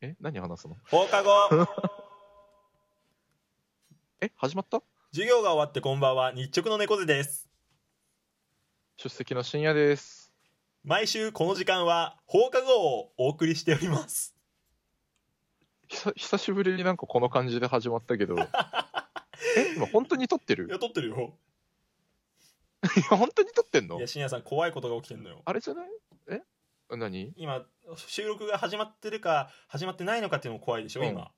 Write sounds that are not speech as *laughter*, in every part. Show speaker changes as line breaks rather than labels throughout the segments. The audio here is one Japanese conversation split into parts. え何話すの
放課後
え始まった
授業が終わってこんばんは日直の猫背です
出席の深夜です。
毎週この時間は放課後をお送りしております
久久しぶりになんかこの感じで始まったけど。え今本当に撮って
*laughs* い
る
や撮ってるよ
いや、本当に撮ってんの
いや深夜さん怖いことが起きてんのよ
あれじゃないえ何
今収録が始まってるか始まってないのかっていうのも怖いでしょ、
うん
今、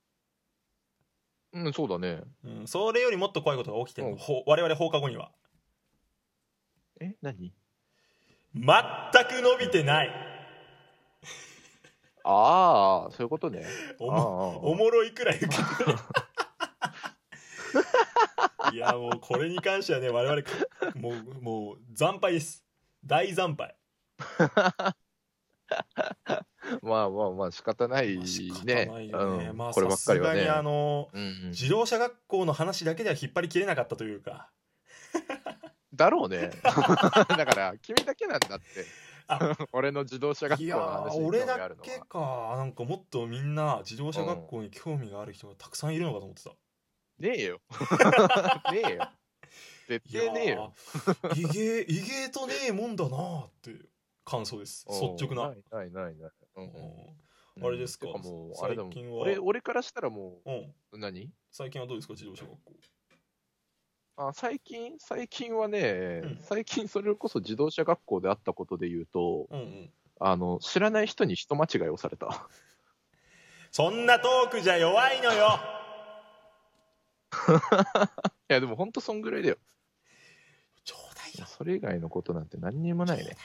うん、そうだね。
うん、それよりもっと怖いことが起きてるの、
うん
ほ我々放課後には
え何
全く伸びてない
ああ、そういうことね。
お
ああ
もおもろいくらい *laughs* 受けてるいやもうこれに関してはね我々かもうもう惨敗です大惨敗
ああまあまあまあ仕方ない
まあ仕
ね。
方ないよね
うん
まあ
これば
さ
っかり
す
は
がに
ね。
あの
うんうん、
自動車学校の話だけでは引っ張りきれなかったというか
だろう
*laughs*
ね。だから君だけなんだって
あ。
*laughs* 俺の自動車学
い
校
や
の話
ー
に興
俺
味あ
だ
るのは
けかなんかもっとみんな自動車学校に興味がある人がたくさんいるのかと思ってた、
ねえ *laughs* よ。ねえよ。絶
いや
対ねえよ。
ー意外意外とねえもんだなーっていう感想です率直な
うんないないない。うん
あれですか
てもうあれだもん
最近は
俺俺からしたらも
うんうん
う、何
最近はどうですか自動車学校
あ最近、最近はね、
うん
最近それこそ自動車学校であったことで言うと、
うんうん
あの、知らない人に人間違いをされた。 *laughs*
そんなトークじゃ弱いのよ
いや、でも本当そんぐらいだよ。
ちょうだい
いや
よ
それ以外のことなんて何にも
ち
な
ょうだ
い
いよ
ね。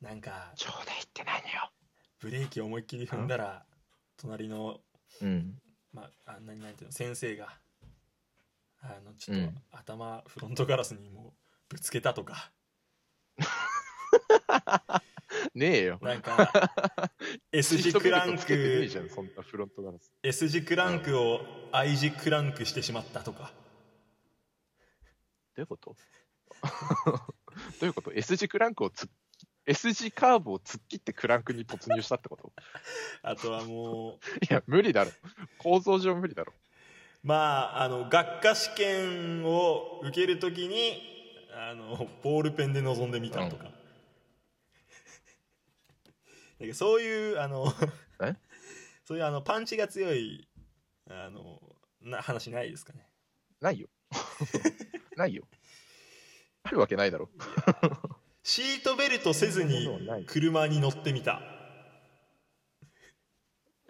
なんか
ちょうだいって何よ。
ブレーキ思いっきり踏んだら隣の
うん。
まあ、あ何なんていうの先生があのちょっと、
うん
頭フロントガラスにもうぶつけたとか
ねえよ。
な
*laughs*
んか S 字クラ
シートベ
ン
ルトつけてねえ
ク
じゃん、そんなフロントガラス。
S 字クランクを I 字クランクしてしまったとか
どういうこと *laughs* どういうこと ?S 字クランクをつ S 字カーブを突っ切ってクランクに突入したってこと
あとはもう
いや、無理だろ。構造上無理だろ。
まああの学科試験を受けるときにあのボールペンで臨んでみたとか,、なんかそういうあの
え
*laughs* そういうあのパンチが強いあのな話ないですかね
ないよ。 *laughs* ないよ。あるわけないだろ。
シートベルトせずに車に乗ってみた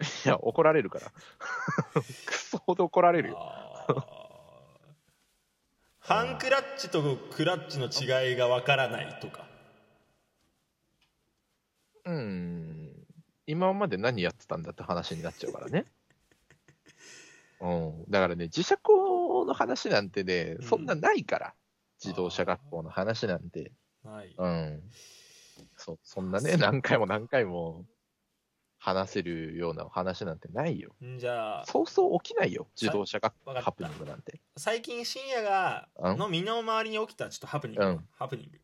いや、怒られる *laughs* から。くそほど怒られるよ。
あーハンクラッチとクラッチの違いがわからないとか
うーん。今まで何やってたんだって話になっちゃうから *laughs* ね。うん。だからね、自社校の話なんてね、そんなないから。自動車学校の話なんて。
ない
うん。そ、そんなね、何回も何回も話せるような話なんてないよ。
んじゃあ
そうそう起きないよ、自動車が
わかった
ハプニングなんて。
最近深夜が
うん
の身の回りに起きたちょっとハプニング、
うん
ハプニング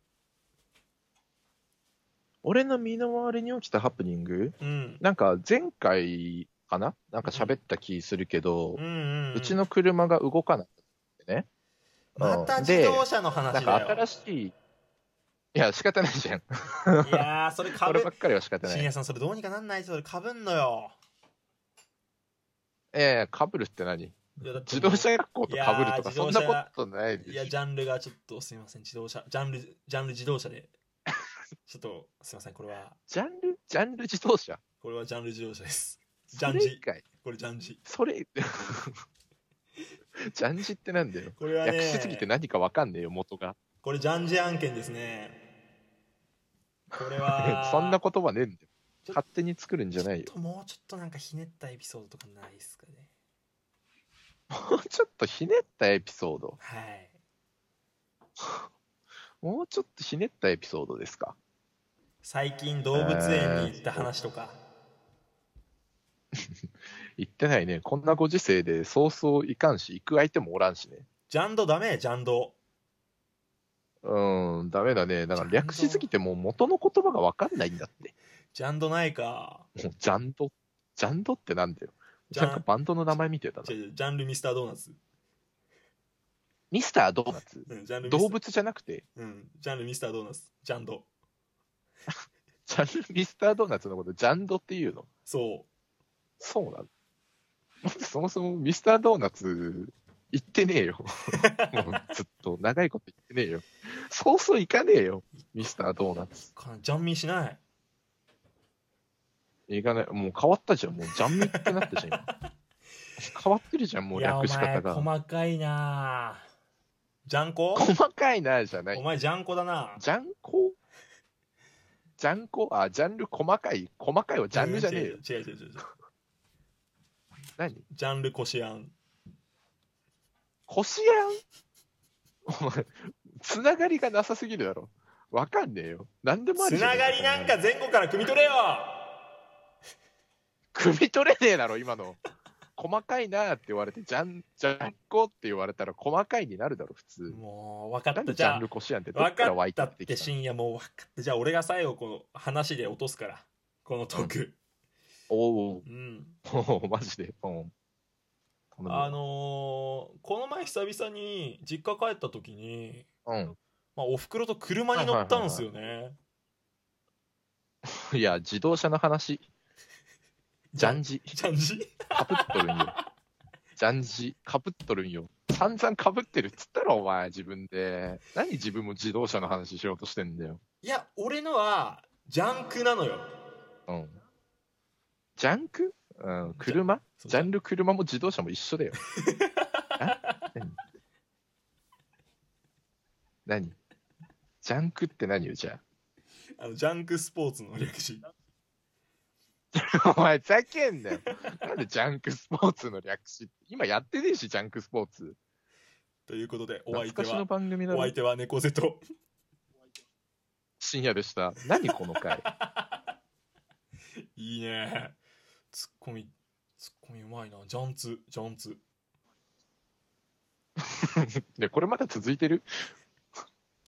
俺の身の回りに起きたハプニング
うん
なんか前回かななんか喋った気するけど
うん、うん、うん、
うちの車が動かなくてね。うん
また自
で、
動車の
な
話
ん
だ
か
よ
新しい、いや、仕方ないじゃん。
いやーそれか
こ
ぶ
ればっかりは仕方ない。
深
い
夜さんそれどうにかなんないそれかぶんのよ
やいや、かぶるって何
いやだって
自動車学校とかぶるとか、
いやー
そんなことないでしょ
いやジャンルがちょっとすいません自動車ジャンルジャンル自動車でちょっとすいませんこれは
ジャンルジャンル自動車
これはジャンル自動車ですジ
ジ
ャンジ
かい
これジャンジ
それ、 *laughs* ジャンジってなんだよ。
これは
訳
ね
しすぎて何かわかんねえよ、元が。
これジャンジ案件ですねこれ
*laughs*
は
そんな言葉ねえんだよ。
ちょ
勝手に作るんじゃないよ
ちょ。っともうちょっとなんかひねったエピソードとかないですかね
もうちょっとひねったエピソード。
はい
もうちょっとひねったエピソードですか。
最近動物園に行った話とか、
言ってないね。こんなご時世でそうそういかんし、行く相手もおらんしね。
ジャンドダメジャンド
うーん、ダメだね。だから略しすぎてもう元の言葉がわかんないんだって。
ジャンドないか
もうジャンド、ジャンドってなんだよ。
ジャン
なんかバンドの名前見てたな
違う。違うジャンルミスタードーナツ、
ミスタードーナツ。
うん、ジャンルミス
動物じゃなくて、
うん、ジャンルミスタードーナツジャンド
ジャンルミスタードーナツのことジャンドっていうの。
そ
そうなの。まずそもそもミスタードーナツ行ってねえ *laughs* よ。もうずっと長いこと言ってねえよ。そうそう行かねえよ、ミスタードーナツ。
うかジャンミンしない
行かない。もう変わったじゃん。もうジャンミってなったじゃん、今。変わってるじゃん、もう
いやお
略し
前
方が。
細かいなあジャンコ
細かいな、じゃない
お。前ジャンコだな
ジャンコジャンコあ、ジャンル細かい。細かいはジャンルじゃねえよ。
違う違う違う違う違う
何
ジャンルこしあん
こしあんお前、つながりがなさすぎるだろ。わかんねえよ。何でもあ
つ
るじゃ
ながりなんか前後から汲み取れよ
汲み取れねえだろ、今の。細かいなって言われて、ジャン、ジャンコって言われたら細かいになるだろ、普通。
もう分かっ
なん
た
で
じ
ジ
ゃ
ャン
あ
ルこしあんってどっ
分
か
から
湧
っ
い
た
てき
って
たの
深夜もう分かったじゃあ俺が最後この話で落とすからこのトーク
おう
うん、
おう、おうマジで。うん。頼む
あのーこの前久々に実家帰った時に、
う
まあ、おふくろと車に乗ったんですよね、
ん。いや、自動車の話、ジャンジ、
ジャンジ
かぶっとるんよ。ジャンジ、かぶっとるんよ。散々かぶってるっつったろ、お前、自分で。何自分も自動車の話しようとしてんだよ。
いや俺のはジャンクなのよ
うん。ジャンクうん、車
そう
ジャンル車も自動車も一緒だよ。あ何何ジャンクって何よ、じゃ
あのジャンクスポーツの略し
あ。お前、ふざけんなよ。なんでジャンクスポーツの略し、今やってねえし、ジャンクスポーツ。
ということでお相
懐
手
かしの
は
番組だ
お
ろ
相手は猫背と
深夜でした。何この回。
いいねツッコミツッコミうまいなジャンツジャンツ
で、これまだ続いてる